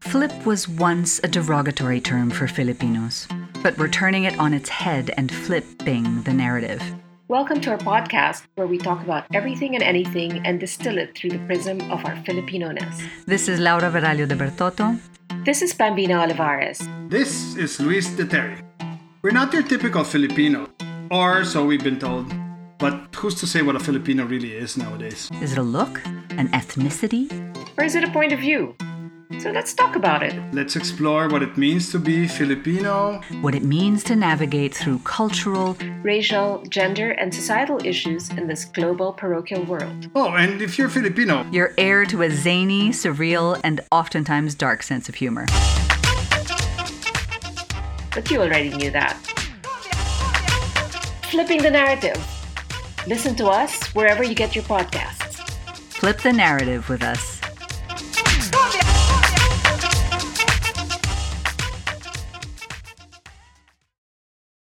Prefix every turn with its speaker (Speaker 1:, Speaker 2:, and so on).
Speaker 1: Flip was once a derogatory term for Filipinos, but we're turning it on its head and flipping the narrative.
Speaker 2: Welcome to our podcast where we talk about everything and anything and distill it through the prism of our Filipino ness.
Speaker 1: This is Laura Veralio de Bertotto.
Speaker 2: This is Pambina Olivares.
Speaker 3: This is Luis de Terry. We're not your typical Filipino, or so we've been told. But who's to say what a Filipino really is nowadays?
Speaker 1: Is it a look? An ethnicity?
Speaker 2: Or is it a point of view? So let's talk about it.
Speaker 3: Let's explore what it means to be Filipino.
Speaker 1: What it means to navigate through cultural,
Speaker 2: Racial, gender, and societal issues in this global parochial world.
Speaker 3: Oh, and if you're Filipino,
Speaker 1: your heir to a zany, surreal, and oftentimes dark sense of humor.
Speaker 2: But you already knew that. Flipping the narrative. Listen to us wherever you get your podcasts.
Speaker 1: Flip the narrative with us.